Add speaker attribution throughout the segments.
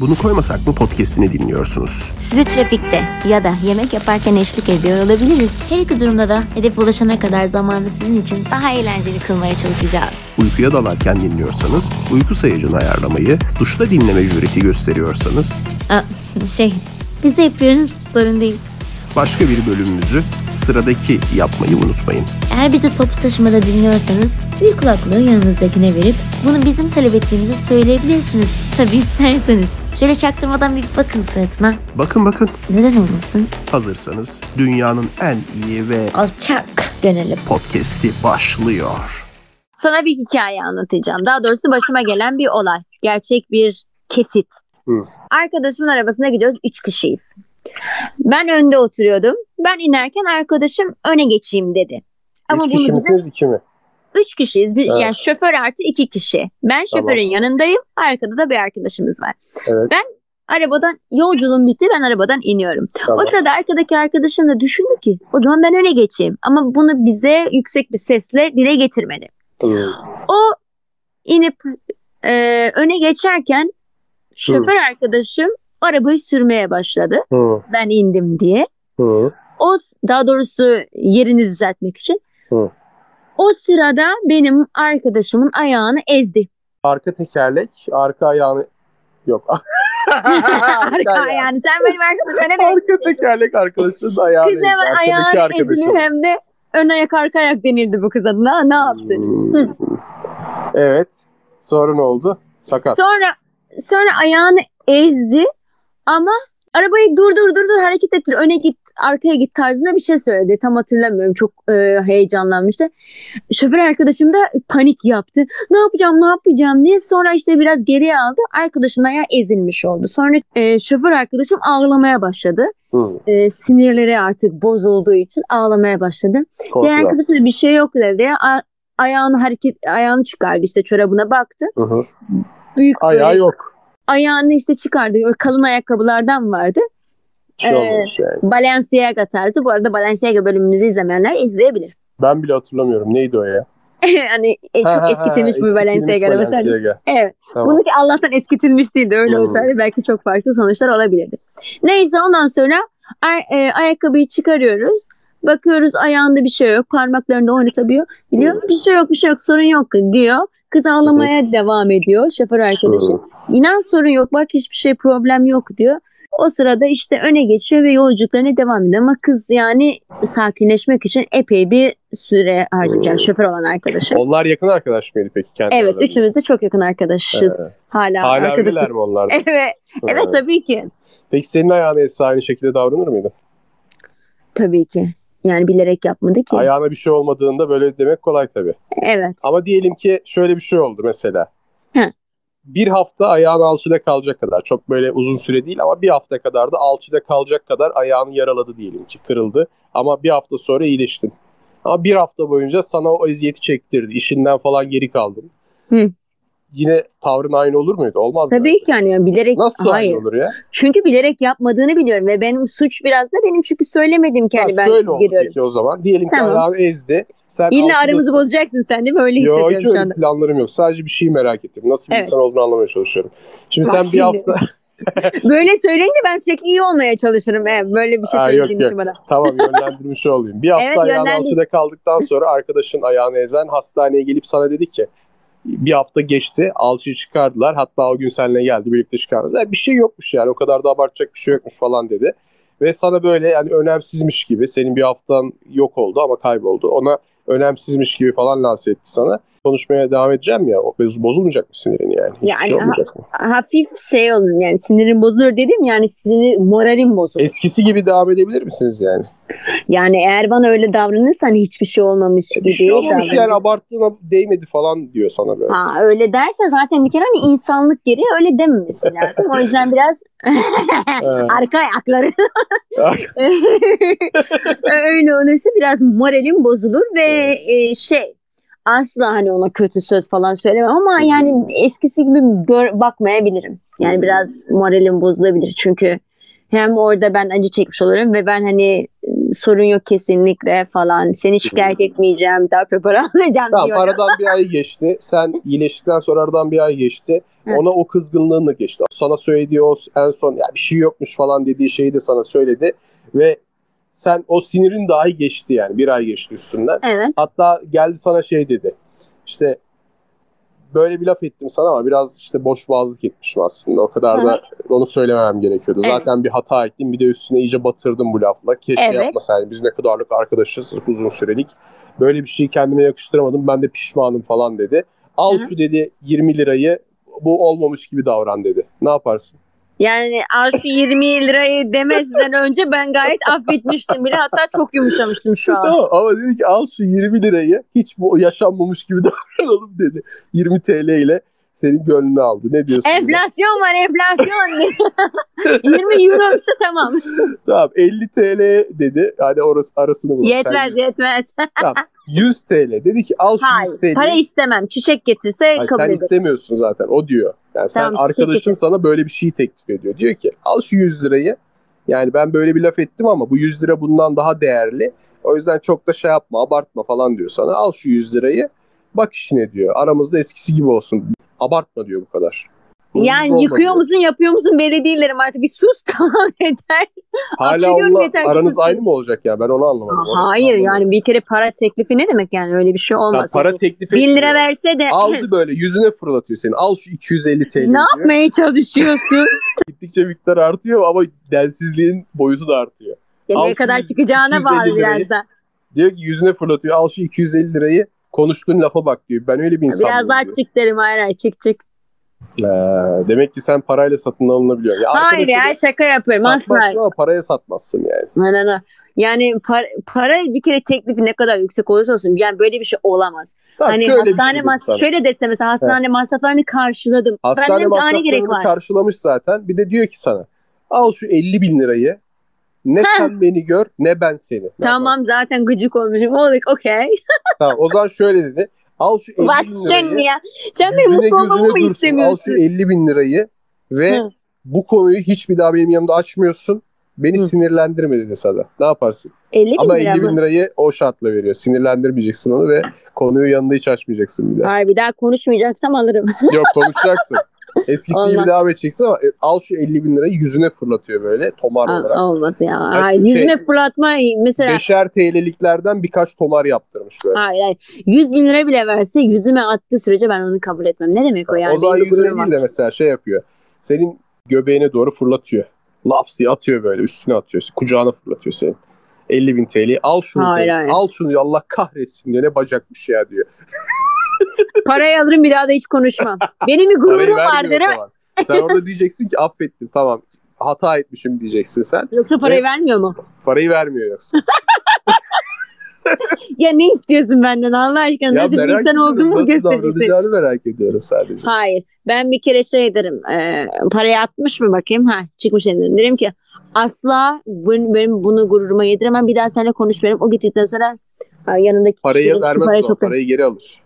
Speaker 1: Bunu koymasak mı podcastini dinliyorsunuz?
Speaker 2: Sizi trafikte ya da yemek yaparken eşlik ediyor olabiliriz. Her iki durumda da hedefe ulaşana kadar zamanı sizin için daha eğlenceli kılmaya çalışacağız.
Speaker 1: Uykuya dalarken dinliyorsanız uyku sayacını ayarlamayı, duşta dinleme jüreti gösteriyorsanız
Speaker 2: Aa, şey, biz de yapıyoruz, sorun değil.
Speaker 1: başka bir bölümümüzü sıradaki yapmayı unutmayın.
Speaker 2: Eğer bizi toplu taşımada dinliyorsanız bir kulaklığı yanınızdakine verip bunu bizim talep ettiğimizi söyleyebilirsiniz. Tabii isterseniz. Şöyle çaktırmadan bir bakın suratına.
Speaker 1: Bakın bakın
Speaker 2: Neden olmasın?
Speaker 1: hazırsanız dünyanın en iyi ve
Speaker 2: Alçak gönüllü.
Speaker 1: podcast'i başlıyor.
Speaker 3: Sana bir hikaye anlatacağım. Daha doğrusu başıma gelen bir olay. Gerçek bir kesit.
Speaker 1: Hı.
Speaker 3: Arkadaşımın arabasına gidiyoruz. Üç kişiyiz. Ben önde oturuyordum. Ben inerken arkadaşım öne geçeyim dedi. Ama
Speaker 4: Üç
Speaker 3: bunu
Speaker 4: kişi
Speaker 3: bize-
Speaker 4: misiniz iki mi?
Speaker 3: üç kişiyiz. Biz,
Speaker 4: Evet.
Speaker 3: Yani şoför artı iki kişi. Ben
Speaker 4: Tamam.
Speaker 3: şoförün yanındayım. Arkada da bir arkadaşımız var.
Speaker 4: Evet.
Speaker 3: Ben arabadan yolculuğum bitti. Ben arabadan iniyorum.
Speaker 4: Tamam.
Speaker 3: O sırada arkadaki arkadaşım da düşündü ki o zaman ben öne geçeyim. Ama bunu bize yüksek bir sesle dile getirmedi.
Speaker 4: Hmm.
Speaker 3: O inip e, öne geçerken şoför arkadaşım arabayı sürmeye başladı.
Speaker 4: Hı,
Speaker 3: Ben indim diye.
Speaker 4: hı,
Speaker 3: O s- daha doğrusu yerini düzeltmek için.
Speaker 4: Hı.
Speaker 3: O sırada benim arkadaşımın ayağını ezdi.
Speaker 4: Arka tekerlek, arka ayağını yok.
Speaker 3: Arka ayağını. Sen benim arkadaşıma ne demek?
Speaker 4: Arka tekerlek arkadaşın ayağını.
Speaker 3: Kız hemen
Speaker 4: arkadaki
Speaker 3: ayağını
Speaker 4: arkadaşın.
Speaker 3: ezdi hem de ön ayak arka ayak denildi bu kıza. Ne, ne yapsın?
Speaker 4: Hmm. Evet. Sonra ne oldu? Sakat.
Speaker 3: Sonra sonra ayağını ezdi ama arabayı dur dur dur dur hareket ettir öne git arkaya git tarzında bir şey söyledi. Tam hatırlamıyorum çok e, heyecanlanmıştı. Şoför arkadaşım da panik yaptı. Ne yapacağım ne yapacağım diye sonra işte biraz geriye aldı. Arkadaşım ayağı ezilmiş oldu. Sonra e, şoför arkadaşım ağlamaya başladı.
Speaker 4: Hı,
Speaker 3: E, sinirleri artık bozulduğu için ağlamaya başladı. Diğer
Speaker 4: korktular.
Speaker 3: arkadaşım da bir şey yok dedi. A- ayağını hareket ayağını çıkardı işte çorabına baktı.
Speaker 4: Hı hı.
Speaker 3: Büyük böyle-
Speaker 4: Ayağı yok.
Speaker 3: ayağını işte çıkardı. O kalın ayakkabılardan vardı.
Speaker 4: Hiç
Speaker 3: Ee,
Speaker 4: şey olmamış yani.
Speaker 3: Balenciaga tarzı. Bu arada Balenciaga bölümümüzü izlemeyenler izleyebilir.
Speaker 4: Ben bile hatırlamıyorum. Neydi o ya?
Speaker 3: hani e,
Speaker 4: Ha, ha,
Speaker 3: çok eskitilmiş
Speaker 4: ha,
Speaker 3: bir
Speaker 4: eskitilmiş
Speaker 3: Balenciaga arabası.
Speaker 4: Balenciaga.
Speaker 3: Evet.
Speaker 4: Tamam.
Speaker 3: Bununki Allah'tan eskitilmiş değildi. Öyle
Speaker 4: Hmm.
Speaker 3: olsaydı belki çok farklı sonuçlar olabilirdi. Neyse ondan sonra ay- e, ayakkabıyı çıkarıyoruz. Bakıyoruz ayağında bir şey yok. Parmaklarında oynatabiliyor. Biliyor musun? Bir şey yok bir şey yok sorun yok diyor. Kız ağlamaya devam ediyor şoför arkadaşı.
Speaker 4: Hı.
Speaker 3: İnan sorun yok bak hiçbir şey problem yok diyor. O sırada işte öne geçiyor ve yolculuklarına devam ediyor. Ama kız yani sakinleşmek için epey bir süre harcayacak
Speaker 4: Hmm.
Speaker 3: şoför olan arkadaşı.
Speaker 4: Onlar yakın arkadaş mıydı peki kendi
Speaker 3: Evet
Speaker 4: aralarında?
Speaker 3: üçümüz de çok yakın arkadaşız. Hala,
Speaker 4: Hala
Speaker 3: arkadaşız.
Speaker 4: öyleler mi onlar? da?
Speaker 3: Evet, evet
Speaker 4: Hı.
Speaker 3: tabii ki.
Speaker 4: Peki senin ayağına etse aynı şekilde davranır mıydı?
Speaker 3: Tabii ki. Yani bilerek yapmadı ki.
Speaker 4: Ayağına bir şey olmadığında böyle demek kolay tabii.
Speaker 3: Evet.
Speaker 4: Ama diyelim ki şöyle bir şey oldu mesela.
Speaker 3: He.
Speaker 4: Bir hafta ayağın alçıda kalacak kadar. Çok böyle uzun süre değil ama bir hafta kadar da alçıda kalacak kadar ayağını yaraladı diyelim ki kırıldı. Ama bir hafta sonra iyileştin. Ama bir hafta boyunca sana o eziyeti çektirdi. İşinden falan geri kaldın.
Speaker 3: Hı.
Speaker 4: Yine tavrın aynı olur muydu? Olmaz mı?
Speaker 3: Tabii ki yani bilerek
Speaker 4: Nasıl
Speaker 3: hayır.
Speaker 4: aynı olur ya?
Speaker 3: Çünkü bilerek yapmadığını biliyorum ve benim suç biraz da benim çünkü söylemedim ki hani
Speaker 4: Ha,
Speaker 3: ben
Speaker 4: şöyle oldu
Speaker 3: giriyorum.
Speaker 4: peki o zaman. Diyelim
Speaker 3: Tamam.
Speaker 4: ki ayağını ezdi. Sen
Speaker 3: Yine
Speaker 4: alçıdasın.
Speaker 3: aramızı bozacaksın sen değil mi? Öyle
Speaker 4: Yo
Speaker 3: hissediyorum
Speaker 4: hiç
Speaker 3: şu
Speaker 4: öyle
Speaker 3: anda.
Speaker 4: planlarım yok. Sadece bir şeyi merak ettim. Nasıl bir
Speaker 3: Evet.
Speaker 4: insan olduğunu anlamaya çalışıyorum. Şimdi
Speaker 3: Bak
Speaker 4: sen bir
Speaker 3: şimdi.
Speaker 4: hafta
Speaker 3: Böyle söyleyince ben sürekli iyi olmaya çalışırım. He. Böyle bir şey
Speaker 4: Ha, yok,
Speaker 3: söylediğin
Speaker 4: yok.
Speaker 3: için bana.
Speaker 4: tamam yönlendirmiş olayım. Bir hafta
Speaker 3: Evet,
Speaker 4: ayağın
Speaker 3: yönlendir-
Speaker 4: altında kaldıktan sonra arkadaşın ayağını ezen hastaneye gelip sana dedi ki bir hafta geçti alçıyı çıkardılar. Hatta o gün seninle geldi birlikte çıkardılar. Ya bir şey yokmuş yani o kadar da abartacak bir şey yokmuş falan dedi. Ve sana böyle yani önemsizmiş gibi senin bir haftan yok oldu ama kayboldu. Ona önemsizmiş gibi falan lanse etti sana. Konuşmaya devam edeceğim ya. o- Bozulmayacak mı sinirin yani? Hiçbir
Speaker 3: Yani-
Speaker 4: şey olmayacak mı?
Speaker 3: Hafif şey olur yani sinirim bozulur dedim yani sinir moralim bozulur.
Speaker 4: Eskisi gibi devam edebilir misiniz yani?
Speaker 3: Yani eğer bana öyle davranırsan hiçbir şey olmamış gibi
Speaker 4: Bir şey olmamış
Speaker 3: davranırsın.
Speaker 4: yani abarttığına değmedi falan diyor sana böyle.
Speaker 3: Ha, öyle derse zaten bir kere hani insanlık gereği öyle dememesi lazım. O yüzden biraz
Speaker 4: Evet.
Speaker 3: arka ayakları öyle olursa biraz moralim bozulur ve e, şey asla hani ona kötü söz falan söylemem ama yani eskisi gibi gör, bakmayabilirim. Yani biraz moralim bozulabilir çünkü hem orada ben acı çekmiş olurum ve ben hani sorun yok kesinlikle falan. Seni şikayet etmeyeceğim, darp raporu almayacağım
Speaker 4: Tamam
Speaker 3: diyor.
Speaker 4: aradan bir ay geçti. Sen iyileştikten sonra aradan bir ay geçti.
Speaker 3: Evet.
Speaker 4: Ona o kızgınlığını geçti. Sana söylediği o en son ya bir şey yokmuş falan dediği şeyi de sana söyledi. Ve sen o sinirin dahi geçti yani. Bir ay geçti üstünden.
Speaker 3: Evet.
Speaker 4: Hatta geldi sana şey dedi. İşte böyle bir laf ettim sana ama biraz işte boş boğazlık etmişim aslında. O kadar da onu söylememem gerekiyordu.
Speaker 3: Evet.
Speaker 4: Zaten bir hata ettim bir de üstüne iyice batırdım bu lafla. Keşke
Speaker 3: Evet.
Speaker 4: yapmasaydım. Biz ne kadarlık arkadaşız uzun sürelik. Böyle bir şeyi kendime yakıştıramadım. Ben de pişmanım falan dedi. Al
Speaker 3: Hı hı.
Speaker 4: şu dedi 20 lirayı bu olmamış gibi davran dedi. Ne yaparsın?
Speaker 3: Yani al şu 20 lirayı demezden önce ben gayet affetmiştim bile. Hatta çok yumuşamıştım şu an.
Speaker 4: Tamam, ama dedi ki al şu 20 lirayı hiç bu yaşanmamış gibi davranalım dedi. 20 TL ile senin gönlünü aldı. Ne diyorsun?
Speaker 3: Enflasyon var enflasyon. 20 euro ise tamam.
Speaker 4: Tamam 50 TL dedi. Hadi orası arasını bulalım.
Speaker 3: Yetmez
Speaker 4: Sen-
Speaker 3: yetmez.
Speaker 4: Tamam, 100 TL. Dedi ki al şu
Speaker 3: Hayır.
Speaker 4: 100 TL'yi.
Speaker 3: Para istemem. Çiçek getirse
Speaker 4: Hayır,
Speaker 3: kabul
Speaker 4: sen
Speaker 3: ederim.
Speaker 4: istemiyorsun zaten o diyor. Yani sen
Speaker 3: Tamam,
Speaker 4: arkadaşın
Speaker 3: teşekkür
Speaker 4: sana böyle bir şey teklif ediyor. Diyor ki al şu 100 lirayı. Yani ben böyle bir laf ettim ama bu 100 lira bundan daha değerli. O yüzden çok da şey yapma abartma falan diyor sana. Al şu 100 lirayı bak işine diyor. Aramızda eskisi gibi olsun. Abartma diyor bu kadar. Bunun gibi
Speaker 3: Yani
Speaker 4: olma
Speaker 3: yıkıyor
Speaker 4: diyor.
Speaker 3: musun yapıyor musun belli değillerim artık bir sus tamam yeter.
Speaker 4: Hala
Speaker 3: Affediyorum,
Speaker 4: onunla
Speaker 3: yeter ki
Speaker 4: aranız
Speaker 3: sus.
Speaker 4: aynı mı olacak ya? Ben onu anlamadım. Orasını
Speaker 3: Hayır
Speaker 4: anlamadım.
Speaker 3: yani bir kere para teklifi ne demek yani öyle bir şey
Speaker 4: Ya
Speaker 3: olmaz.
Speaker 4: para
Speaker 3: Yani
Speaker 4: teklif
Speaker 3: Bin lira
Speaker 4: etmiyor.
Speaker 3: verse de
Speaker 4: Aldı böyle yüzüne fırlatıyor seni. Al şu 250
Speaker 3: ne
Speaker 4: TL şey diyor.
Speaker 3: yapmaya çalışıyorsun?
Speaker 4: Gittikçe miktar artıyor ama densizliğin boyutu da artıyor.
Speaker 3: Ya
Speaker 4: Al
Speaker 3: ne kadar
Speaker 4: şu
Speaker 3: çıkacağına
Speaker 4: 250
Speaker 3: bağlı
Speaker 4: lirayı.
Speaker 3: biraz da.
Speaker 4: Diyor ki yüzüne fırlatıyor al şu 250 lirayı konuştuğun lafa bak diyor. Ben öyle bir insan
Speaker 3: Biraz daha çık derim hayır hayır çık çık.
Speaker 4: demek ki sen parayla satın alınabiliyorsun. Ya
Speaker 3: Hayır
Speaker 4: arkadaşa
Speaker 3: ya şaka yapıyorum
Speaker 4: da
Speaker 3: asla.
Speaker 4: Satmazsın ama paraya satmazsın yani.
Speaker 3: Na, na, na. Yani para, para bir kere teklifi ne kadar yüksek olursa olsun yani böyle bir şey olamaz.
Speaker 4: Tamam,
Speaker 3: hani
Speaker 4: şöyle bir
Speaker 3: hastane
Speaker 4: şey
Speaker 3: mas
Speaker 4: sana.
Speaker 3: şöyle dese mesela hastane masraflarını karşıladım. ben
Speaker 4: Hastane
Speaker 3: dedim ki "Aa, ne gerek
Speaker 4: masraflarını
Speaker 3: var.
Speaker 4: karşılamış zaten. Bir de diyor ki sana al şu 50 bin lirayı. Ne
Speaker 3: Heh.
Speaker 4: sen beni gör ne ben seni. Ne yaparsın?
Speaker 3: Tamam zaten gıcık olmuşum. Olduk okey.
Speaker 4: E, tamam. O zaman şöyle dedi. Al şu 50 bin
Speaker 3: Bak
Speaker 4: lirayı.
Speaker 3: şimdi ya. Sen benim
Speaker 4: Yüzüne
Speaker 3: mutlu olmamı
Speaker 4: gözüne
Speaker 3: mı
Speaker 4: dursun, Al şu
Speaker 3: istemiyorsun?
Speaker 4: 50 bin lirayı ve
Speaker 3: Hı.
Speaker 4: bu konuyu hiçbir daha benim yanımda açmıyorsun. Beni
Speaker 3: Hı.
Speaker 4: sinirlendirme dedi sana. Ne yaparsın?
Speaker 3: 50 bin
Speaker 4: Ama
Speaker 3: lira
Speaker 4: 50 bin
Speaker 3: mı?
Speaker 4: lirayı o şartla veriyor. Sinirlendirmeyeceksin onu ve konuyu yanında hiç açmayacaksın bir daha.
Speaker 3: Hayır bir daha konuşmayacaksam alırım.
Speaker 4: Yok konuşacaksın. Eskisi gibi
Speaker 3: Olmaz.
Speaker 4: devam edeceksin ama e, al şu 50 bin lirayı yüzüne fırlatıyor böyle tomar
Speaker 3: Al-
Speaker 4: olarak.
Speaker 3: Olmaz ya.
Speaker 4: Bak
Speaker 3: Ay,
Speaker 4: şey-
Speaker 3: yüzüme fırlatma mesela.
Speaker 4: Beşer TL'liklerden birkaç tomar yaptırmış böyle.
Speaker 3: Hayır, hayır. 100 bin lira bile verse yüzüme attığı sürece ben onu kabul etmem. Ne demek o yani?
Speaker 4: o zaman
Speaker 3: Benim bir
Speaker 4: yüzüne
Speaker 3: gururum var.
Speaker 4: değil de mesela şey yapıyor. Senin göbeğine doğru fırlatıyor. Laps diye atıyor böyle üstüne atıyor. Kucağına fırlatıyor senin. 50 bin TL'yi al şunu
Speaker 3: Hayır,
Speaker 4: diyor.
Speaker 3: hayır.
Speaker 4: al şunu diyor. Allah kahretsin diyor ne bacakmış ya diyor.
Speaker 3: Parayı alırım bir daha da hiç konuşmam. Benim bir
Speaker 4: Parayı
Speaker 3: gururum var
Speaker 4: vermiyor
Speaker 3: derim.
Speaker 4: o zaman. Sen orada diyeceksin ki affettim tamam hata etmişim diyeceksin sen.
Speaker 3: Yoksa parayı
Speaker 4: Evet.
Speaker 3: vermiyor mu?
Speaker 4: Parayı vermiyor yoksa.
Speaker 3: Ya ne istiyorsun benden Allah aşkına? Nasıl bir insan
Speaker 4: ediyorum,
Speaker 3: oldun mu
Speaker 4: nasıl
Speaker 3: gösterirsin?
Speaker 4: davranacağını merak ediyorum sadece.
Speaker 3: Hayır. Ben bir kere şey derim. E, parayı atmış mı bakayım? Ha çıkmış elinden. Derim ki asla ben, benim bunu gururuma yediremem. Bir daha seninle konuşmayalım. O gittikten sonra ha, yanındaki
Speaker 4: Parayı
Speaker 3: kişinin
Speaker 4: vermez o
Speaker 3: parayı
Speaker 4: zaman,
Speaker 3: topla-
Speaker 4: Parayı geri alır.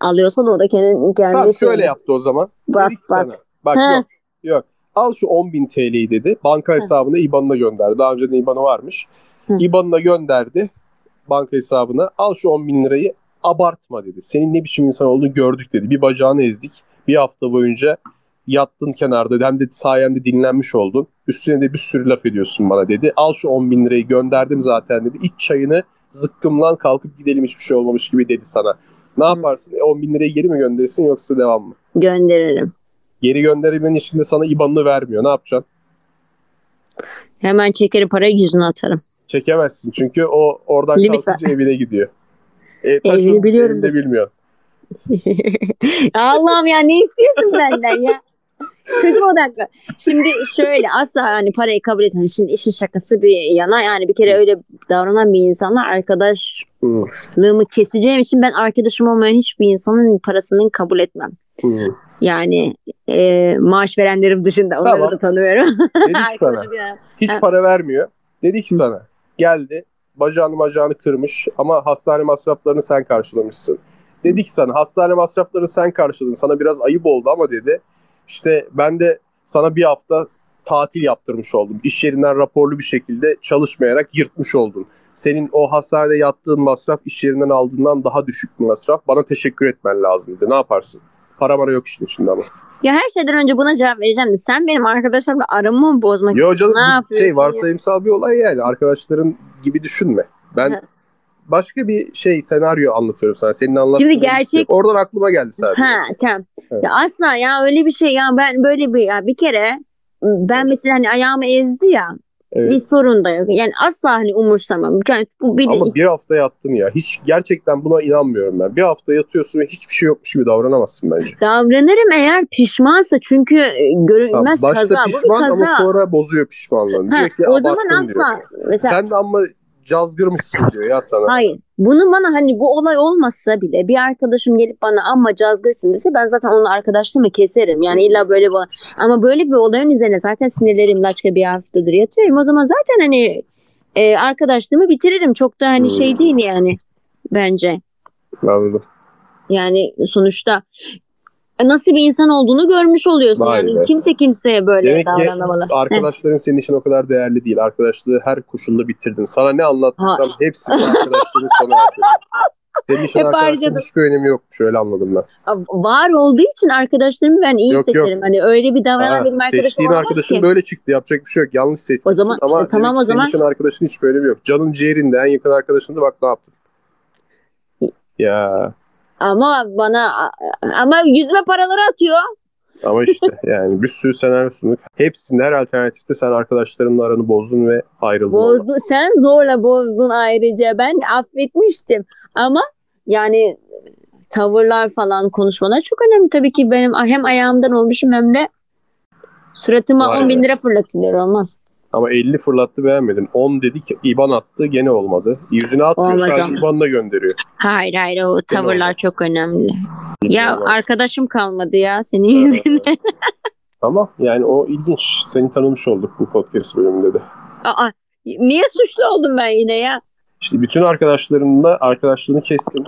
Speaker 3: Alıyorsa da o da kendi, kendi
Speaker 4: Tamam
Speaker 3: şeyini-
Speaker 4: şöyle yaptı o zaman.
Speaker 3: Bak
Speaker 4: Dedi ki
Speaker 3: bak.
Speaker 4: sana, Bak
Speaker 3: Ha.
Speaker 4: yok yok. Al şu 10.000 TL'yi dedi. Banka hesabına IBAN'ına gönderdi. Daha önceden IBAN'ı varmış.
Speaker 3: Hı.
Speaker 4: IBAN'ına gönderdi banka hesabına. Al şu 10.000 lirayı abartma dedi. Senin ne biçim insan olduğunu gördük dedi. Bir bacağını ezdik. Bir hafta boyunca yattın kenarda. Hem de sayende dinlenmiş oldun. Üstüne de bir sürü laf ediyorsun bana dedi. Al şu 10.000 lirayı gönderdim zaten dedi. İç çayını zıkkımlan kalkıp gidelim hiçbir şey olmamış gibi dedi sana. Ne
Speaker 3: Hı.
Speaker 4: yaparsın? E, 10 bin lirayı geri mi gönderirsin yoksa devam mı?
Speaker 3: gönderirim.
Speaker 4: Geri gönderimin içinde sana IBAN'ını vermiyor. Ne yapacaksın?
Speaker 3: Hemen çekerim parayı yüzüne atarım.
Speaker 4: Çekemezsin çünkü o oradan
Speaker 3: Limit
Speaker 4: kalkınca evine gidiyor. E, taşınmış,
Speaker 3: Evini biliyorum
Speaker 4: evini de bilmiyor.
Speaker 3: Ya Allah'ım ya ne istiyorsun benden ya? Çözüm odaklı. Şimdi şöyle asla yani parayı kabul etmem. Şimdi işin şakası bir yana yani bir kere öyle davranan bir insanla arkadaşlığımı
Speaker 4: Hı,
Speaker 3: keseceğim için ben arkadaşım olmayan hiçbir insanın parasını kabul etmem.
Speaker 4: hı.
Speaker 3: Yani e, maaş verenlerim dışında onları
Speaker 4: Tamam.
Speaker 3: da tanıyorum.
Speaker 4: Dedi ki sana.
Speaker 3: Arkadaşım ya.
Speaker 4: Hiç
Speaker 3: Ha.
Speaker 4: para vermiyor. Dedi ki
Speaker 3: Hı.
Speaker 4: sana. Geldi. Bacağını bacağını kırmış ama hastane masraflarını sen karşılamışsın. Dedi ki sana hastane masraflarını sen karşıladın. Sana biraz ayıp oldu ama dedi. İşte ben de sana bir hafta tatil yaptırmış oldun. İş yerinden raporlu bir şekilde çalışmayarak yırtmış oldun. Senin o hastanede yattığın masraf iş yerinden aldığından daha düşük bir masraf. Bana teşekkür etmen lazımdı. Ne yaparsın? Para bana yok işin içinde ama.
Speaker 3: Ya her şeyden önce buna cevap vereceğim de sen benim arkadaşlarımla aramı mı bozmak
Speaker 4: Yo canım
Speaker 3: istiyorsun? Ne
Speaker 4: bu şey
Speaker 3: yapıyorsun?
Speaker 4: varsayımsal bir olay yani. Arkadaşların gibi düşünme.
Speaker 3: Hı.
Speaker 4: Ben başka bir şey senaryo anlatıyorum sana. Senin anlattığın.
Speaker 3: Şimdi gerçek-
Speaker 4: Oradan aklıma geldi sadece.
Speaker 3: Ha tamam.
Speaker 4: Evet.
Speaker 3: Ya asla ya öyle bir şey ya ben böyle bir ya bir kere ben mesela hani ayağımı ezdi ya
Speaker 4: Evet.
Speaker 3: bir sorun da yok. Yani asla hani umursamam. Yani bu bir de
Speaker 4: Ama bir hafta yattın ya. Hiç gerçekten buna inanmıyorum ben. Bir hafta yatıyorsun ve hiçbir şey yokmuş gibi davranamazsın bence.
Speaker 3: davranırım eğer pişmansa çünkü e,
Speaker 4: Tamam,
Speaker 3: görünmez
Speaker 4: başta
Speaker 3: kaza. Bu bir
Speaker 4: pişman ama
Speaker 3: kaza.
Speaker 4: sonra bozuyor pişmanlığını.
Speaker 3: Ha,
Speaker 4: Diyor ki,
Speaker 3: o zaman
Speaker 4: "Abarttın," diyor.
Speaker 3: asla mesela
Speaker 4: Sen de ama cazgırmışsın diyor ya sana.
Speaker 3: Hayır. Bunu bana hani bu olay olmazsa bile bir arkadaşım gelip bana amma cazgırsın dese ben zaten onunla arkadaşlığımı keserim. Yani illa böyle bir ama böyle bir olayın üzerine zaten sinirlerim laçka bir haftadır yatıyorum. O zaman zaten hani e, arkadaşlığımı bitiririm. Çok da hani
Speaker 4: Hmm.
Speaker 3: şey değil yani bence.
Speaker 4: Anladım.
Speaker 3: Yani sonuçta e, nasıl bir insan olduğunu görmüş oluyorsun.
Speaker 4: Vay
Speaker 3: yani
Speaker 4: be.
Speaker 3: kimse kimseye böyle
Speaker 4: Demek ki
Speaker 3: davranmamalı.
Speaker 4: arkadaşların senin için o kadar değerli değil. Arkadaşlığı her koşulda bitirdin. Sana ne anlattıysam hepsini arkadaşlığını sona erdirdin. Senin için
Speaker 3: Hep
Speaker 4: arkadaşlığın
Speaker 3: harcadım.
Speaker 4: hiçbir önemi yokmuş. Öyle anladım ben.
Speaker 3: Var olduğu için arkadaşlarımı ben iyi
Speaker 4: Yok, yok.
Speaker 3: seçerim. Hani öyle bir davranan
Speaker 4: Ha,
Speaker 3: benim arkadaşım
Speaker 4: seçtiğin
Speaker 3: olamaz
Speaker 4: arkadaşın
Speaker 3: ki.
Speaker 4: böyle çıktı. Yapacak bir şey yok. Yanlış seçmişsin.
Speaker 3: O zaman-
Speaker 4: ama
Speaker 3: e, tamam
Speaker 4: demek
Speaker 3: o
Speaker 4: ki senin
Speaker 3: zaman-
Speaker 4: için arkadaşın hiç böyle bir yok. Canın ciğerinde en yakın arkadaşın da bak ne yaptın. Ya
Speaker 3: Ama bana ama yüzme paraları atıyor.
Speaker 4: ama işte yani bir sürü senaryo sunduk. Hepsinin her alternatifte sen arkadaşlarınla aranı bozdun ve ayrıldın.
Speaker 3: Bozdu, sen zorla bozdun ayrıca. Ben affetmiştim. Ama yani tavırlar falan konuşmalar çok önemli. Tabii ki benim hem ayağımdan olmuşum hem de suratıma
Speaker 4: Vay
Speaker 3: 10 bin
Speaker 4: be.
Speaker 3: lira fırlatılıyor olmaz.
Speaker 4: Ama 50 fırlattı beğenmedim. 10 dedik İban attı gene olmadı. Yüzüne atmıyor
Speaker 3: Olmaz,
Speaker 4: sadece
Speaker 3: olmaz.
Speaker 4: İban'la gönderiyor.
Speaker 3: Hayır hayır o tavırlar
Speaker 4: oldu?
Speaker 3: çok önemli. Ya
Speaker 4: Bilmiyorum.
Speaker 3: arkadaşım kalmadı ya senin yüzünden.
Speaker 4: Ama yani o ilginç. Seni tanımış olduk bu podcast bölümünde de.
Speaker 3: Aa, niye suçlu oldum ben yine ya?
Speaker 4: İşte bütün arkadaşlarınla arkadaşlığını kestin.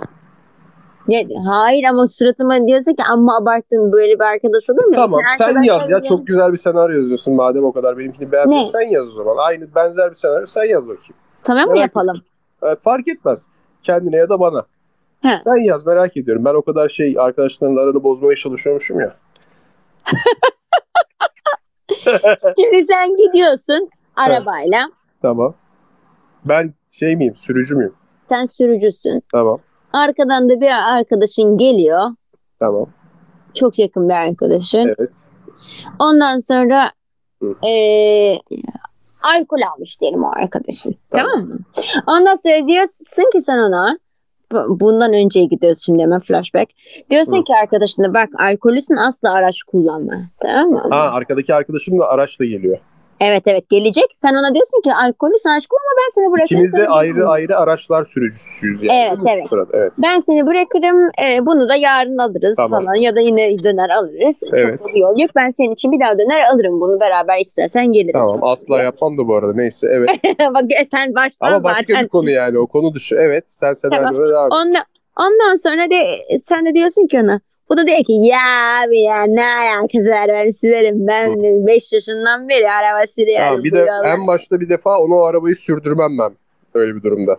Speaker 3: Ya, hayır ama suratıma diyorsun ki amma abarttın böyle bir arkadaş olur mu?
Speaker 4: Tamam
Speaker 3: Bütün
Speaker 4: sen yaz ya
Speaker 3: arkadaşlarım-
Speaker 4: çok güzel bir senaryo yazıyorsun madem o kadar benimkini beğenmiyorsun sen yaz o zaman. Aynı benzer bir senaryo sen yaz bakayım.
Speaker 3: Sana mı
Speaker 4: Merak
Speaker 3: yapalım?
Speaker 4: Ee, fark etmez kendine ya da bana.
Speaker 3: He.
Speaker 4: Sen yaz merak ediyorum ben o kadar şey arkadaşlarımla aranı bozmaya çalışıyormuşum ya.
Speaker 3: Şimdi sen gidiyorsun arabayla.
Speaker 4: Tamam. Ben şey miyim sürücü müyüm?
Speaker 3: Sen sürücüsün.
Speaker 4: Tamam
Speaker 3: Arkadan da bir arkadaşın geliyor.
Speaker 4: tamam
Speaker 3: Çok yakın bir arkadaşın.
Speaker 4: evet.
Speaker 3: Ondan sonra
Speaker 4: Hı.
Speaker 3: eee, alkol almış diyelim o arkadaşın.
Speaker 4: Tamam.
Speaker 3: Tamam, mı? Ondan sonra diyorsun ki sen ona bu- bundan önceye gidiyoruz şimdi hemen flashback. Diyorsun
Speaker 4: Hı.
Speaker 3: ki arkadaşına bak alkolüsün asla araç kullanma. Tamam mı?
Speaker 4: Ha arkadaki arkadaşım da araçla geliyor.
Speaker 3: Evet evet gelecek. Sen ona diyorsun ki alkolüsün araç kullanma ben seni bırakırım.
Speaker 4: İkimiz de
Speaker 3: sonra
Speaker 4: ayrı
Speaker 3: gidelim."
Speaker 4: ayrı araçlar sürücüsüyüz yani.
Speaker 3: Evet,
Speaker 4: değil mi şu
Speaker 3: evet.
Speaker 4: sırada? evet.
Speaker 3: Ben seni bırakırım. e, bunu da yarın alırız
Speaker 4: Tamam.
Speaker 3: falan ya da yine döner alırız.
Speaker 4: Evet.
Speaker 3: Çok da bir yol yok. Ben senin için bir daha döner alırım bunu beraber istersen geliriz.
Speaker 4: Tamam asla yapmam da bu arada neyse evet.
Speaker 3: Bak e, sen baştan
Speaker 4: Ama başka
Speaker 3: zaten.
Speaker 4: bir konu yani o konu dışı. Evet sen senaryona devam et.
Speaker 3: Ondan, ondan sonra de sen de diyorsun ki ona bu da diyor ki ya abi ya ne alakası var ben silerim. Ben 5 yaşından beri araba sürüyorum.
Speaker 4: Tamam, bir de
Speaker 3: bu yolda."
Speaker 4: en başta bir defa onu o arabayı sürdürmem ben öyle bir durumda.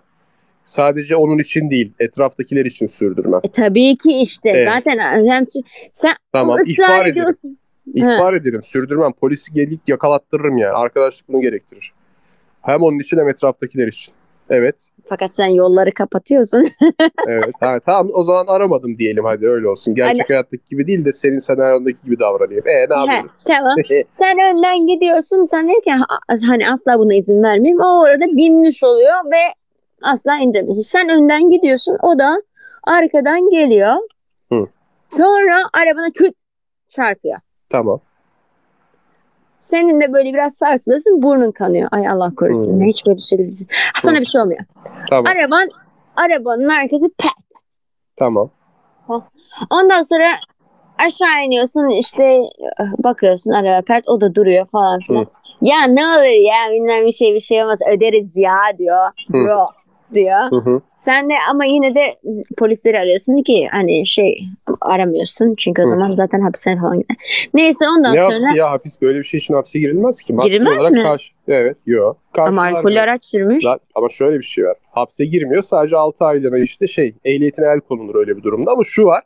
Speaker 4: Sadece onun için değil, etraftakiler için sürdürmem.
Speaker 3: E, tabii ki işte
Speaker 4: Evet.
Speaker 3: zaten hem sen
Speaker 4: Tamam,
Speaker 3: ısrar
Speaker 4: ihbar ederim.
Speaker 3: ediyorsun.
Speaker 4: İhbar ederim, sürdürmem. Polisi gelip yakalattırırım yani. Arkadaşlık bunu gerektirir. Hem onun için hem etraftakiler için. Evet,
Speaker 3: Fakat sen yolları kapatıyorsun.
Speaker 4: evet. Ha, tamam o zaman aramadım diyelim hadi öyle olsun. Gerçek hayattaki gibi değil de senin senaryondaki gibi davranayım. E ne
Speaker 3: He,
Speaker 4: yapıyoruz?
Speaker 3: tamam. Sen önden gidiyorsun. Sen diyor ki "Ha- hani asla buna izin vermeyeyim. O orada binmiş oluyor ve asla indiremiyorsun. Sen önden gidiyorsun. O da arkadan geliyor.
Speaker 4: Hı.
Speaker 3: Sonra arabana küt çarpıyor.
Speaker 4: tamam.
Speaker 3: Senin de böyle biraz sarsılıyorsun. Burnun kanıyor. Ay Allah korusun.
Speaker 4: Hı.
Speaker 3: Hiç böyle şey değil. Sana
Speaker 4: Hı.
Speaker 3: bir şey olmuyor.
Speaker 4: Tamam.
Speaker 3: Araban arabanın arkası pet.
Speaker 4: Tamam.
Speaker 3: Ondan sonra aşağı iniyorsun işte bakıyorsun araba pert o da duruyor falan filan.
Speaker 4: Hı.
Speaker 3: Ya ne olur ya bilmem bir şey bir şey olmaz öderiz ya diyor.
Speaker 4: Hı.
Speaker 3: Bro diyor.
Speaker 4: Hı hı.
Speaker 3: Sen de ama yine de polisleri arıyorsun ki hani şey aramıyorsun çünkü o
Speaker 4: Hı.
Speaker 3: zaman zaten hapse falan gider. Neyse ondan
Speaker 4: ne
Speaker 3: sonra
Speaker 4: hapsi ya hapis böyle bir şey için hapse girilmez ki. Maddi
Speaker 3: Girilmez
Speaker 4: olarak
Speaker 3: mi?
Speaker 4: Karşı, evet yok.
Speaker 3: ama alkollü araç sürmüş.
Speaker 4: Lan- ama şöyle bir şey var. Hapse girmiyor. Sadece 6 aylığına işte şey ehliyetine el konulur öyle bir durumda. Ama şu var.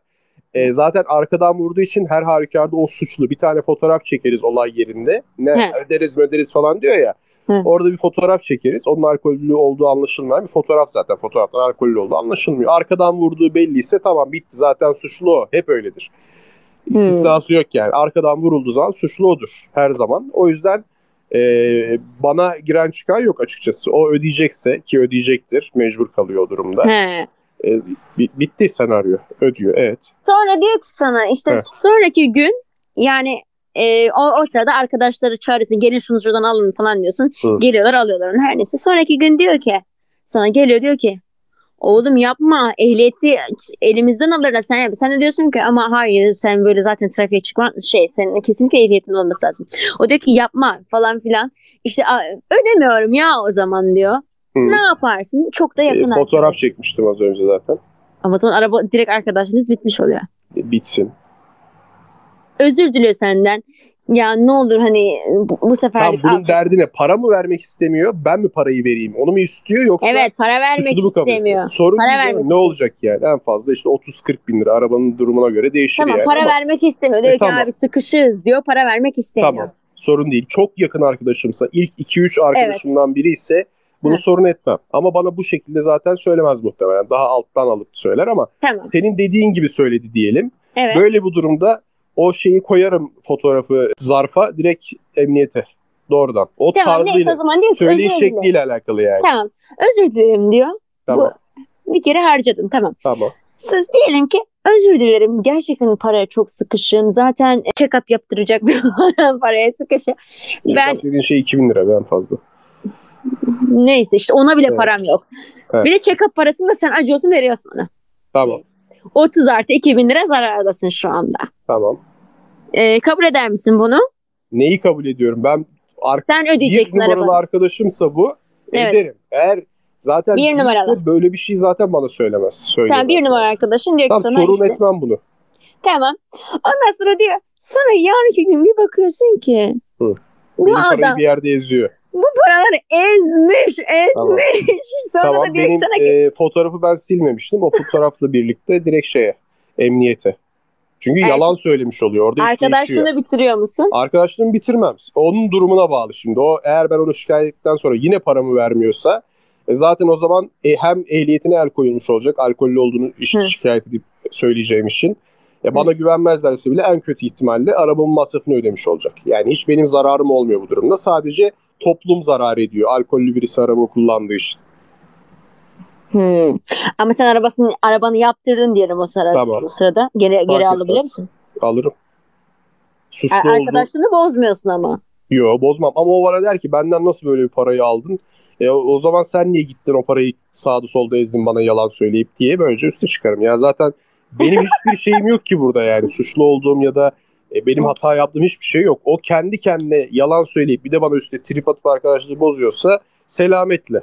Speaker 4: e, zaten arkadan vurduğu için her halükarda o suçlu. Bir tane fotoğraf çekeriz olay yerinde. Ne
Speaker 3: He.
Speaker 4: öderiz öderiz falan diyor ya.
Speaker 3: He.
Speaker 4: Orada bir fotoğraf çekeriz. Onun alkollü olduğu anlaşılmayan bir fotoğraf zaten. Fotoğraftan alkollü olduğu anlaşılmıyor. Arkadan vurduğu belliyse tamam bitti zaten suçlu o. Hep öyledir. İstisnası yok yani. Arkadan vurulduğu zaman suçlu odur her zaman. O yüzden ee, bana giren çıkan yok açıkçası. O ödeyecekse ki ödeyecektir mecbur kalıyor o durumda.
Speaker 3: He.
Speaker 4: Ee, bi- bitti senaryo. Ödüyor evet.
Speaker 3: Sonra diyor ki sana işte
Speaker 4: Evet.
Speaker 3: sonraki gün yani e, o, o sırada arkadaşları çağırıyorsun gelin şunu şuradan alın falan diyorsun.
Speaker 4: Hı.
Speaker 3: Geliyorlar alıyorlar onu her neyse. Sonraki gün diyor ki sana geliyor diyor ki oğlum yapma ehliyeti elimizden alırlar sen yap. Sen de diyorsun ki ama hayır sen böyle zaten trafiğe çıkman şey senin kesinlikle ehliyetin olması lazım. O diyor ki yapma falan filan. İşte "Aa, ödemiyorum ya o zaman diyor.
Speaker 4: Hı.
Speaker 3: Ne yaparsın? Çok da
Speaker 4: Ee,
Speaker 3: yakın
Speaker 4: fotoğraf
Speaker 3: arkadaş.
Speaker 4: çekmiştim az önce zaten.
Speaker 3: Ama o zaman araba direkt arkadaşınız bitmiş oluyor
Speaker 4: Ee, Bitsin.
Speaker 3: özür diliyor senden. Ya ne olur hani bu, bu
Speaker 4: Tam
Speaker 3: seferlik
Speaker 4: bunun
Speaker 3: al.
Speaker 4: derdi ne? Para mı vermek istemiyor? Ben mi parayı vereyim? Onu mu istiyor yoksa
Speaker 3: Evet para vermek
Speaker 4: suçlu mu kabul ediyor?
Speaker 3: istemiyor.
Speaker 4: Sorun
Speaker 3: Para
Speaker 4: değil ama
Speaker 3: vermek
Speaker 4: ne olacak yani? En fazla işte 30-40 bin lira arabanın durumuna göre değişir
Speaker 3: Tamam
Speaker 4: yani.
Speaker 3: para
Speaker 4: ama
Speaker 3: vermek istemiyor. Diyor
Speaker 4: E,
Speaker 3: ki
Speaker 4: tamam.
Speaker 3: abi sıkışız diyor para vermek istemiyor.
Speaker 4: Tamam. Sorun değil. Çok yakın arkadaşımsa ilk 2-3 arkadaşımdan biri ise bunu
Speaker 3: Hı.
Speaker 4: sorun etmem. Ama bana bu şekilde zaten söylemez muhtemelen. Daha alttan alıp söyler ama
Speaker 3: Tamam.
Speaker 4: senin dediğin gibi söyledi diyelim.
Speaker 3: Evet.
Speaker 4: Böyle bu durumda o şeyi koyarım fotoğrafı zarfa direkt emniyete doğrudan. O
Speaker 3: tamam neyse o
Speaker 4: tarzıyla
Speaker 3: zaman diyor ki
Speaker 4: söyleyiş
Speaker 3: özür dilerim.
Speaker 4: şekliyle alakalı yani.
Speaker 3: Tamam özür dilerim diyor.
Speaker 4: Tamam.
Speaker 3: Bir kere harcadın tamam.
Speaker 4: Tamam.
Speaker 3: Siz diyelim ki özür dilerim gerçekten paraya çok sıkışım. Zaten check-up yaptıracak paraya sıkışım. Ben
Speaker 4: Ben... Dediğin şey 2000 lira ben fazla.
Speaker 3: neyse işte ona bile
Speaker 4: Evet.
Speaker 3: param yok.
Speaker 4: Evet.
Speaker 3: Bir de check-up parasını da sen acıyorsun veriyorsun ona.
Speaker 4: Tamam.
Speaker 3: 30 artı 2000 lira zarardasın şu anda.
Speaker 4: Tamam.
Speaker 3: Ee, kabul eder misin bunu?
Speaker 4: Neyi kabul ediyorum? Ben ar-
Speaker 3: Sen
Speaker 4: bir
Speaker 3: ödeyeceksin
Speaker 4: numaralı
Speaker 3: arabanı.
Speaker 4: arkadaşımsa bu
Speaker 3: Evet.
Speaker 4: ederim. Eğer zaten
Speaker 3: Bir
Speaker 4: değilse
Speaker 3: numaralı.
Speaker 4: böyle bir şey zaten bana söylemez. söylemez.
Speaker 3: Sen bir numara arkadaşın diyor ki
Speaker 4: Tamam
Speaker 3: sana
Speaker 4: sorun
Speaker 3: işte.
Speaker 4: etmem bunu.
Speaker 3: Tamam. Ondan sonra diyor. Sonra yarınki gün bir bakıyorsun ki.
Speaker 4: Hı.
Speaker 3: Bu
Speaker 4: Benim parayı
Speaker 3: adam
Speaker 4: bir yerde eziyor.
Speaker 3: bu paraları ezmiş, ezmiş. Sonra
Speaker 4: Tamam. tamam
Speaker 3: da diyor ki
Speaker 4: benim
Speaker 3: sana ki
Speaker 4: e, fotoğrafı ben silmemiştim. O fotoğrafla birlikte direkt şeye emniyete. Çünkü
Speaker 3: Evet.
Speaker 4: yalan söylemiş oluyor. Orada iş değişiyor.
Speaker 3: arkadaşlığını bitiriyor musun?
Speaker 4: Arkadaşlığımı bitirmem. Onun durumuna bağlı şimdi. O eğer ben onu şikayet ettikten sonra yine paramı vermiyorsa e, zaten o zaman e, hem ehliyetine el koyulmuş olacak. Alkollü olduğunu iş,
Speaker 3: Hı.
Speaker 4: şikayet edip söyleyeceğim için. E, bana güvenmezlerse bile en kötü ihtimalle arabamın masrafını ödemiş olacak. Yani hiç benim zararım olmuyor bu durumda. Sadece toplum zarar ediyor. Alkollü birisi araba kullandığı için.
Speaker 3: Hı. Ama sen arabasını arabanı yaptırdın diyelim o sırada.
Speaker 4: Tamam.
Speaker 3: O sırada geri geri
Speaker 4: etmez.
Speaker 3: alabilir misin?
Speaker 4: Alırım. Suçlu
Speaker 3: Ar-
Speaker 4: olduğum
Speaker 3: Arkadaşlığını bozmuyorsun ama.
Speaker 4: Yo bozmam ama o bana der ki benden nasıl böyle bir parayı aldın? E, o, o zaman sen niye gittin o parayı sağda solda ezdin bana yalan söyleyip diye böylece üste çıkarım. Ya zaten benim hiçbir şeyim yok ki burada yani suçlu olduğum ya da e, benim hata yaptığım hiçbir şey yok. O kendi kendine yalan söyleyip bir de bana üstüne trip atıp arkadaşlığı bozuyorsa selametle.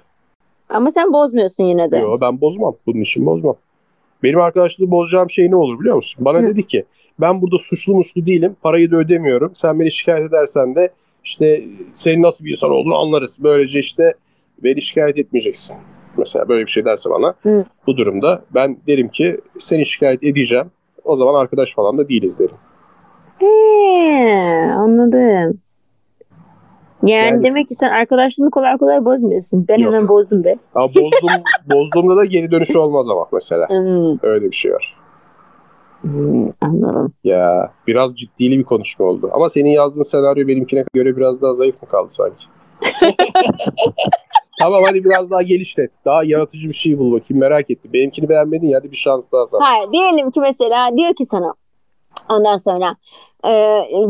Speaker 3: Ama sen bozmuyorsun yine de.
Speaker 4: Yo ben bozmam. Bunun için bozmam. Benim arkadaşlığı bozacağım şey ne olur biliyor musun? Bana
Speaker 3: Hı.
Speaker 4: dedi ki ben burada suçlu muçlu değilim. Parayı da ödemiyorum. Sen beni şikayet edersen de işte senin nasıl bir insan olduğunu anlarız. Böylece işte beni şikayet etmeyeceksin. Mesela böyle bir şey derse bana
Speaker 3: Hı.
Speaker 4: bu durumda ben derim ki seni şikayet edeceğim. O zaman arkadaş falan da değiliz derim.
Speaker 3: He, anladım. Yani,
Speaker 4: Yani-
Speaker 3: demek ki sen arkadaşlığını kolay kolay bozmuyorsun. Ben
Speaker 4: Yok.
Speaker 3: hemen bozdum be.
Speaker 4: Ama bozdum, bozduğumda da geri dönüşü olmaz ama mesela.
Speaker 3: Hmm,
Speaker 4: Öyle bir şey var.
Speaker 3: hmm, anladım.
Speaker 4: Ya biraz ciddili bir konuşma oldu. Ama senin yazdığın senaryo benimkine göre biraz daha zayıf mı kaldı sanki? tamam hadi biraz daha gelişlet. Daha yaratıcı bir şey bul bakayım merak ettim. Benimkini beğenmedin ya hadi bir şans daha sana.
Speaker 3: Hayır diyelim ki mesela diyor ki sana ondan sonra e,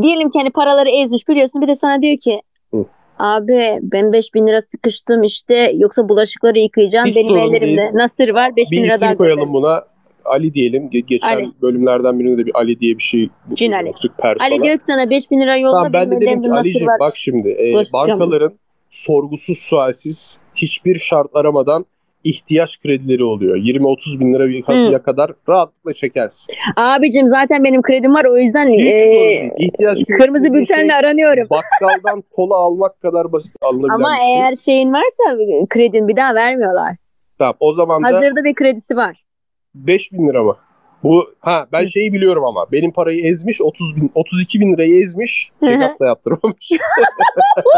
Speaker 3: diyelim ki hani paraları ezmiş biliyorsun bir de sana diyor ki
Speaker 4: Hı.
Speaker 3: abi ben 5000 lira sıkıştım işte yoksa bulaşıkları yıkayacağım
Speaker 4: Hiç
Speaker 3: benim
Speaker 4: sorun
Speaker 3: ellerimde
Speaker 4: değil.
Speaker 3: nasır var 5000
Speaker 4: Bir
Speaker 3: lira daha
Speaker 4: isim koyalım
Speaker 3: gönder."
Speaker 4: buna. Ali diyelim. Ge- Geçen
Speaker 3: Ali.
Speaker 4: bölümlerden birinde de bir Ali diye bir şey
Speaker 3: Cin Ali.
Speaker 4: bulmuştuk persona.
Speaker 3: Ali diyor ki sana 5000 lira yolla
Speaker 4: Tamam ben de
Speaker 3: benim
Speaker 4: dedim ki
Speaker 3: ellerimde nasır
Speaker 4: Ali'cim
Speaker 3: var.
Speaker 4: bak şimdi e,
Speaker 3: Bulaşık yıkama.
Speaker 4: bankaların sorgusuz sualsiz hiçbir şart aramadan ihtiyaç kredileri oluyor. 20-30 bin lira
Speaker 3: Hı.
Speaker 4: ya kadar rahatlıkla çekersin.
Speaker 3: Abicim zaten benim kredim var o yüzden
Speaker 4: Hiç
Speaker 3: e,
Speaker 4: sorun değil. İhtiyaç kredisi
Speaker 3: kırmızı
Speaker 4: dediğin
Speaker 3: bültenle
Speaker 4: şey,
Speaker 3: aranıyorum.
Speaker 4: Bakkaldan kola almak kadar basit alınabilen
Speaker 3: Ama
Speaker 4: bir şey.
Speaker 3: eğer şeyin varsa kredin bir daha vermiyorlar.
Speaker 4: Tamam, o zaman da
Speaker 3: Hazırda bir kredisi var.
Speaker 4: 5 bin lira mı? Bu ha ben
Speaker 3: Hı.
Speaker 4: şeyi biliyorum ama benim parayı ezmiş 30 bin 32 bin lirayı ezmiş
Speaker 3: Hı hı.
Speaker 4: check-up da yaptırmamış.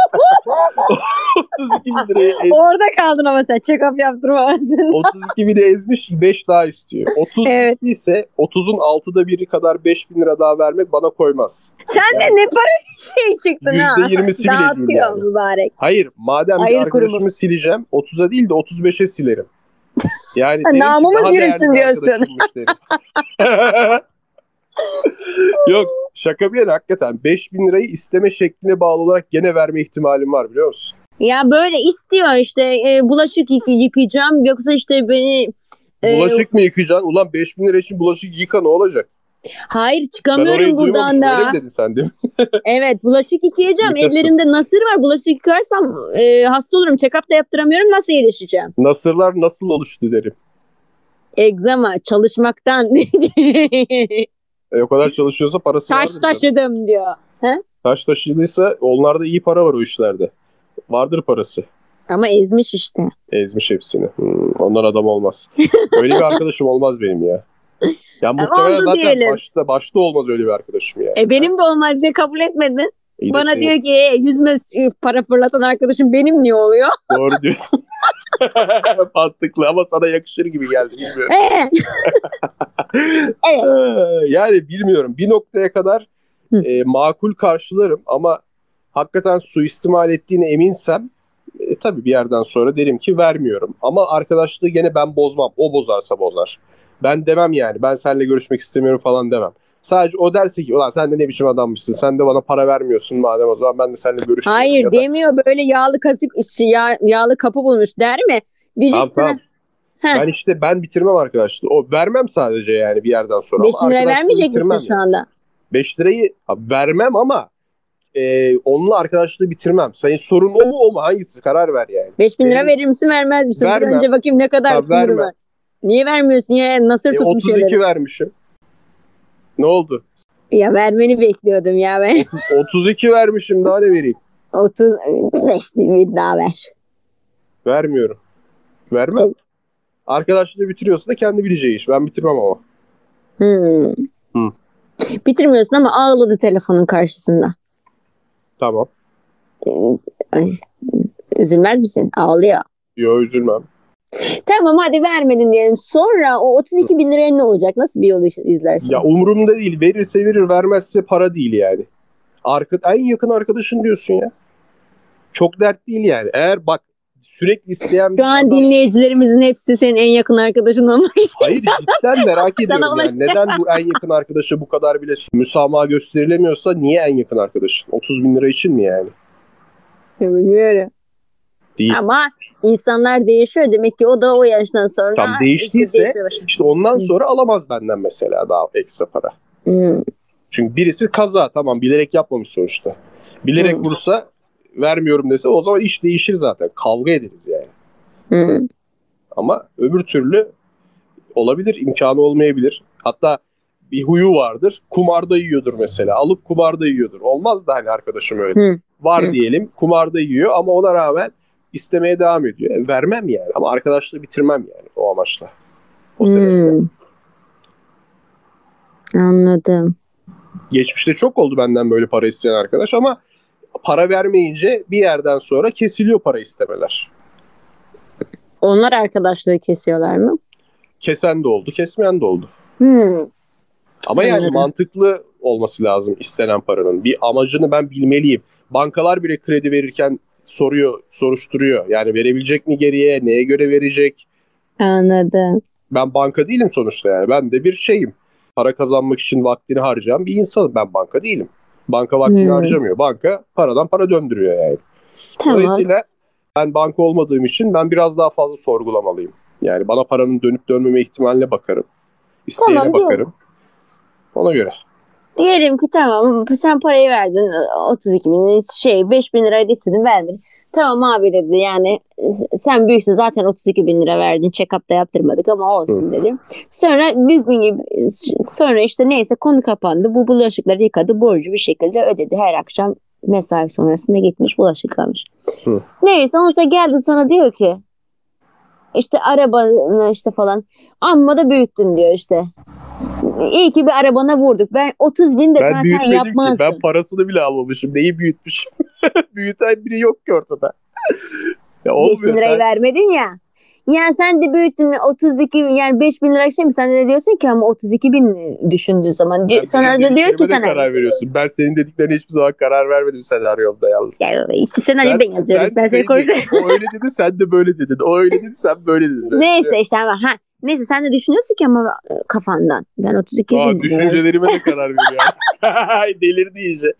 Speaker 4: 32 bin lirayı ez,
Speaker 3: Orada kaldın ama sen check-up yaptırmazsın.
Speaker 4: 32 bini ezmiş 5 daha istiyor. 30
Speaker 3: Evet.
Speaker 4: ise 30'un 6'da biri kadar 5 bin lira daha vermek bana koymaz.
Speaker 3: Sen de ne para şey çıktın ha.
Speaker 4: %20'si bile değil
Speaker 3: Dağıtıyor
Speaker 4: yani.
Speaker 3: mübarek.
Speaker 4: Hayır madem
Speaker 3: Hayır
Speaker 4: bir arkadaşımı
Speaker 3: kurumu.
Speaker 4: sileceğim 30'a değil de 35'e silerim. Yani
Speaker 3: Ha,
Speaker 4: derim ki,
Speaker 3: namımız
Speaker 4: daha değerli
Speaker 3: yürüsün
Speaker 4: bir
Speaker 3: diyorsun.
Speaker 4: arkadaşımmış derim. Yok şaka bir yana hakikaten 5000 lirayı isteme şekline bağlı olarak gene verme ihtimalim var biliyor musun?
Speaker 3: Ya böyle istiyor işte e, bulaşık yık- yıkayacağım yoksa işte beni e,
Speaker 4: Bulaşık mı yıkayacaksın? Ulan 5000 lira için bulaşık yıka ne olacak?
Speaker 3: hayır
Speaker 4: Ben orayı
Speaker 3: çıkamıyorum
Speaker 4: duymamışım
Speaker 3: buradan
Speaker 4: öyle
Speaker 3: da.
Speaker 4: mi dedin sen değil mi?
Speaker 3: Evet bulaşık yıkayacağım.
Speaker 4: Yıkarsın.
Speaker 3: Ellerimde nasır var. Bulaşık yıkarsam e, hasta olurum. Check-up da yaptıramıyorum. Nasıl iyileşeceğim?
Speaker 4: Nasırlar nasıl oluştu derim.
Speaker 3: Egzama çalışmaktan.
Speaker 4: E, o kadar çalışıyorsa parası
Speaker 3: Taş
Speaker 4: vardır. canım.
Speaker 3: taşıdım diyor.
Speaker 4: Taş taşıdıysa onlarda iyi para var o işlerde. Vardır parası.
Speaker 3: Ama ezmiş işte.
Speaker 4: Ezmiş hepsini. Hmm, onlar adam olmaz. Öyle bir arkadaşım olmaz benim ya. Ya muhtemelen
Speaker 3: oldu
Speaker 4: zaten
Speaker 3: diyelim.
Speaker 4: başta başta olmaz öyle bir arkadaşım ya.
Speaker 3: E benim de olmaz diye kabul etmedin.
Speaker 4: İyi de
Speaker 3: Bana
Speaker 4: senin-
Speaker 3: diyor ki e, yüzme s- para fırlatan arkadaşım benim niye oluyor?
Speaker 4: Doğru diyorsun. Mantıklı ama sana yakışır gibi geldi. Bilmiyorum.
Speaker 3: E,
Speaker 4: Ee, yani bilmiyorum. Bir noktaya kadar
Speaker 3: Hı.
Speaker 4: e, makul karşılarım ama hakikaten suistimal ettiğine eminsem e, tabii bir yerden sonra derim ki vermiyorum. Ama arkadaşlığı gene ben bozmam. O bozarsa bozar. Ben demem yani. Ben seninle görüşmek istemiyorum falan demem. Sadece o derse ki ulan sen de ne biçim adammışsın. Sen de bana para vermiyorsun madem o zaman ben de seninle görüşmeyeyim.
Speaker 3: Hayır
Speaker 4: Ya da-
Speaker 3: demiyor böyle yağlı kasık işi, yağ- yağlı kapı bulmuş der mi?
Speaker 4: Tamam,
Speaker 3: Diyeceksin
Speaker 4: tamam.
Speaker 3: Heh.
Speaker 4: Ben işte ben bitirmem arkadaşlığı. O vermem sadece yani bir yerden sonra.
Speaker 3: 5
Speaker 4: Ama
Speaker 3: lira
Speaker 4: arkadaşlığı
Speaker 3: vermeyecek
Speaker 4: bitirmem yani.
Speaker 3: misin şu anda?
Speaker 4: 5 lirayı ha, vermem ama e, onunla arkadaşlığı bitirmem. Senin sorun o mu o mu hangisi karar ver yani.
Speaker 3: 5000 lira
Speaker 4: Benim-
Speaker 3: verir misin vermez misin? Dur
Speaker 4: Vermem.
Speaker 3: önce bakayım ne kadar
Speaker 4: Ya
Speaker 3: sınırı
Speaker 4: vermem.
Speaker 3: var. Niye vermiyorsun ya? Nasır
Speaker 4: E,
Speaker 3: tutmuş
Speaker 4: 32
Speaker 3: elleri.
Speaker 4: vermişim. Ne oldu?
Speaker 3: Ya vermeni bekliyordum ya ben.
Speaker 4: 32 vermişim daha ne vereyim?
Speaker 3: 35 bir daha ver.
Speaker 4: Vermiyorum. Vermem. Arkadaşlığı bitiriyorsa da kendi bileceği iş. Ben bitirmem ama.
Speaker 3: Hmm.
Speaker 4: Hı.
Speaker 3: Bitirmiyorsun ama ağladı telefonun karşısında.
Speaker 4: Tamam.
Speaker 3: Ay, Üzülmez misin? Ağlıyor.
Speaker 4: Yo üzülmem.
Speaker 3: Tamam hadi vermedin diyelim. Sonra o 32 bin liraya ne olacak? Nasıl bir yol iz- izlersin?
Speaker 4: Ya umurumda değil. Verirse verir vermezse para değil yani. Arka, en yakın arkadaşın diyorsun ya. Çok dert değil yani. Eğer bak sürekli isteyen bir
Speaker 3: Şu an
Speaker 4: adam-
Speaker 3: dinleyicilerimizin hepsi senin en yakın arkadaşın olmak için.
Speaker 4: Hayır cidden merak ediyorum
Speaker 3: Sana
Speaker 4: yani. Neden bu en yakın arkadaşa bu kadar bile müsamaha gösterilemiyorsa niye en yakın arkadaşın? 30 bin lira için mi yani?
Speaker 3: Bilmiyorum.
Speaker 4: Değil.
Speaker 3: Ama insanlar değişiyor. Demek ki o da o yaştan sonra.
Speaker 4: Tam değiştiyse-
Speaker 3: işte değişmeye başladı.
Speaker 4: İşte ondan
Speaker 3: Hı.
Speaker 4: sonra alamaz benden mesela daha ekstra para.
Speaker 3: Hmm.
Speaker 4: Çünkü birisi kaza tamam bilerek yapmamış sonuçta. Bilerek
Speaker 3: Hı.
Speaker 4: vursa vermiyorum dese o zaman iş değişir zaten. Kavga ederiz yani.
Speaker 3: Hmm.
Speaker 4: Ama öbür türlü olabilir, imkanı olmayabilir. Hatta bir huyu vardır. Kumarda yiyordur mesela. Alıp kumarda yiyordur. Olmaz da hani arkadaşım öyle.
Speaker 3: Hı.
Speaker 4: Var
Speaker 3: Hı.
Speaker 4: diyelim. Kumarda yiyor ama ona rağmen istemeye devam ediyor. E, vermem yani ama arkadaşlığı bitirmem yani o amaçla. O sebeple.
Speaker 3: Hmm. Anladım.
Speaker 4: Geçmişte çok oldu benden böyle para isteyen arkadaş ama para vermeyince bir yerden sonra kesiliyor para istemeler.
Speaker 3: Onlar arkadaşlığı kesiyorlar mı?
Speaker 4: Kesen de oldu, kesmeyen de oldu.
Speaker 3: Hmm.
Speaker 4: Ama yani
Speaker 3: Anladım.
Speaker 4: mantıklı olması lazım istenen paranın. Bir amacını ben bilmeliyim. Bankalar bile kredi verirken soruyor, soruşturuyor. Yani verebilecek mi geriye, neye göre verecek?
Speaker 3: Anladım.
Speaker 4: Ben banka değilim sonuçta yani. Ben de bir şeyim. Para kazanmak için vaktini harcayan bir insanım. Ben banka değilim. Banka vaktini
Speaker 3: Hmm.
Speaker 4: harcamıyor. Banka paradan para döndürüyor yani.
Speaker 3: Tamam.
Speaker 4: Dolayısıyla ben banka olmadığım için ben biraz daha fazla sorgulamalıyım. Yani bana paranın dönüp dönmeme ihtimaline bakarım. İsteğine
Speaker 3: Tamam, diyorum.
Speaker 4: bakarım. Ona göre.
Speaker 3: Diyelim ki tamam sen parayı verdin 32 bin şey 5 bin lirayı da istedin vermedin. Tamam abi dedi yani s- sen büyüksün zaten 32 bin lira verdin check-up da yaptırmadık ama olsun dedi. Sonra düzgün gibi sonra işte neyse konu kapandı bu bulaşıkları yıkadı borcu bir şekilde ödedi her akşam mesai sonrasında gitmiş bulaşık yıkamış.
Speaker 4: Hı.
Speaker 3: Neyse ondan sonra geldi sana diyor ki işte arabanı işte falan amma da büyüttün diyor işte. İyi ki bir arabana vurduk. Ben 30 bin de
Speaker 4: Ben
Speaker 3: zaten
Speaker 4: büyütmedim ki.
Speaker 3: yapmazdım.
Speaker 4: Ben parasını bile almamışım. Neyi büyütmüşüm? Büyüten biri yok ki ortada. ya
Speaker 3: 5 bin
Speaker 4: olmuyor.
Speaker 3: lirayı
Speaker 4: Sen,
Speaker 3: vermedin ya. Ya sen de büyüttün 32 yani 5 bin lira şey mi? Sen de diyorsun ki ama 32 bin düşündüğün zaman.
Speaker 4: sen
Speaker 3: sana
Speaker 4: benim
Speaker 3: da diyor ki
Speaker 4: dediklerime de
Speaker 3: sana.
Speaker 4: karar veriyorsun. Ben senin dediklerine hiçbir zaman karar vermedim senaryomda yalnız.
Speaker 3: Ya, işte senaryo ben yazıyorum. ben seni
Speaker 4: sen- şey
Speaker 3: konuşuyorum.
Speaker 4: O öyle dedi sen de böyle dedin. O öyle dedi sen böyle dedin.
Speaker 3: Neyse işte ama ha. Neyse sen de düşünüyorsun ki ama e, kafandan. Ben 32
Speaker 4: Aa,
Speaker 3: bin. Neyse.
Speaker 4: düşüncelerime de karar veriyor. Delirdi iyice.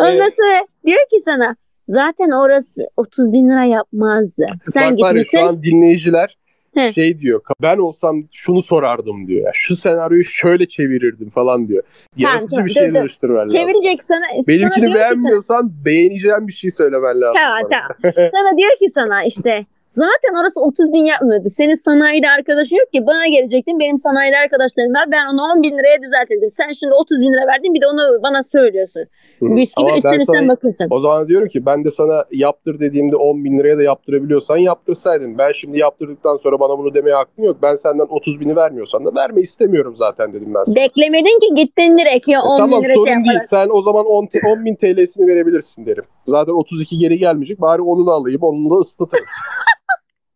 Speaker 3: Ondan sonra diyor ki sana. Zaten orası 30 bin lira yapmazdı. Sen
Speaker 4: Bak var ya,
Speaker 3: gitmişsin.
Speaker 4: şu an dinleyiciler
Speaker 3: He.
Speaker 4: şey diyor. Ben olsam şunu sorardım diyor. Ya, şu senaryoyu şöyle çevirirdim falan diyor. Yaratıcı
Speaker 3: tamam,
Speaker 4: bir şey
Speaker 3: dur, dur.
Speaker 4: dönüştürmen lazım.
Speaker 3: Çevirecek sana. sana diyor
Speaker 4: Benimkini
Speaker 3: ki sana-
Speaker 4: beğenmiyorsan beğeneceğim bir şey söylemen lazım.
Speaker 3: Tamam
Speaker 4: bana.
Speaker 3: tamam. Sana diyor ki sana işte zaten orası 30 bin yapmıyordu. Senin sanayide arkadaşın yok ki bana gelecektin. Benim sanayide arkadaşlarım var. Ben onu 10 bin liraya düzeltirdim. Sen şimdi 30 bin lira verdin bir de onu bana söylüyorsun.
Speaker 4: Hı hı.
Speaker 3: Güç gibi
Speaker 4: Ama
Speaker 3: üstten
Speaker 4: ben
Speaker 3: üstten
Speaker 4: sana-
Speaker 3: bakıyorsun.
Speaker 4: O zaman diyorum ki ben de sana yaptır dediğimde 10 bin liraya da yaptırabiliyorsan yaptırsaydın. Ben şimdi yaptırdıktan sonra bana bunu demeye hakkın yok. Ben senden 30 bini vermiyorsan da verme istemiyorum zaten dedim ben sana.
Speaker 3: Beklemedin ki gittin direkt ya
Speaker 4: E
Speaker 3: 10
Speaker 4: tamam
Speaker 3: bin lira
Speaker 4: sorun
Speaker 3: şey
Speaker 4: değil.
Speaker 3: yaparak.
Speaker 4: Sen o zaman 10, te- 10 bin TL'sini verebilirsin derim. Zaten 32 geri gelmeyecek. Bari onunu alayım. Onunla ıslatırız.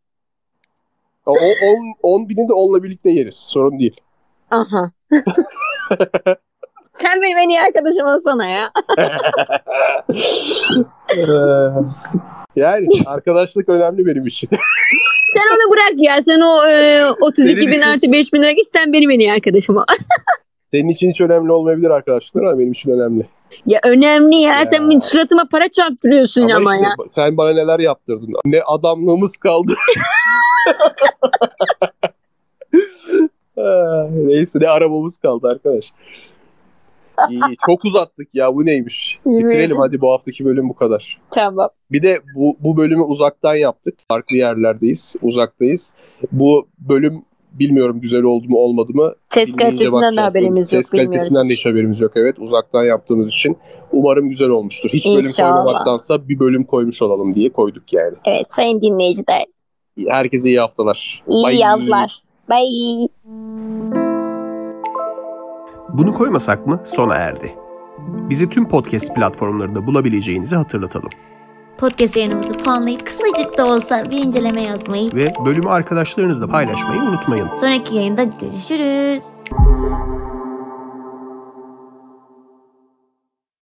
Speaker 4: o 10, 10 bini de onunla birlikte yeriz. Sorun değil.
Speaker 3: Aha. Sen benim en iyi arkadaşım olsana ya.
Speaker 1: Ee,
Speaker 4: yani arkadaşlık önemli benim için.
Speaker 3: Sen onu bırak ya. Sen o e, 32
Speaker 4: Senin
Speaker 3: bin
Speaker 4: için-
Speaker 3: artı 5 bin lira git. Sen benim en iyi arkadaşım ol.
Speaker 4: Senin için hiç önemli olmayabilir arkadaşlıklar ama benim için önemli.
Speaker 3: ya önemli ya.
Speaker 4: Ya.
Speaker 3: Sen benim suratıma para çarptırıyorsun ama,
Speaker 4: Ama
Speaker 3: ya.
Speaker 4: işte ba- sen bana neler yaptırdın. Ne adamlığımız kaldı. Ah, Neyse ne arabamız kaldı arkadaş. İyi, iyi. çok uzattık ya bu neymiş.
Speaker 3: Yemin
Speaker 4: Bitirelim
Speaker 3: ederim.
Speaker 4: hadi bu haftaki bölüm bu kadar.
Speaker 3: Tamam.
Speaker 4: Bir de bu, bu bölümü uzaktan yaptık. Farklı yerlerdeyiz, uzaktayız. Bu bölüm bilmiyorum güzel oldu mu olmadı mı
Speaker 3: Ses
Speaker 4: Dinleyince
Speaker 3: kalitesinden de
Speaker 4: bakacağız.
Speaker 3: haberimiz yok.
Speaker 4: Ses kalitesinden de
Speaker 3: bilmiyoruz.
Speaker 4: hiç haberimiz yok. Evet uzaktan yaptığımız için umarım güzel olmuştur. Hiç bölüm
Speaker 3: İnşallah.
Speaker 4: koymamaktansa bir bölüm koymuş olalım diye koyduk yani.
Speaker 3: Evet sayın dinleyiciler.
Speaker 4: Herkese iyi haftalar.
Speaker 3: iyi
Speaker 4: Bye.
Speaker 3: yazlar. Bye.
Speaker 1: Bunu koymasak mı sona erdi. Bizi tüm podcast platformlarında bulabileceğinizi hatırlatalım.
Speaker 2: Podcast yayınımızı puanlayıp kısacık da olsa bir inceleme yazmayı,
Speaker 1: Ve bölümü arkadaşlarınızla paylaşmayı unutmayın.
Speaker 2: sonraki yayında görüşürüz.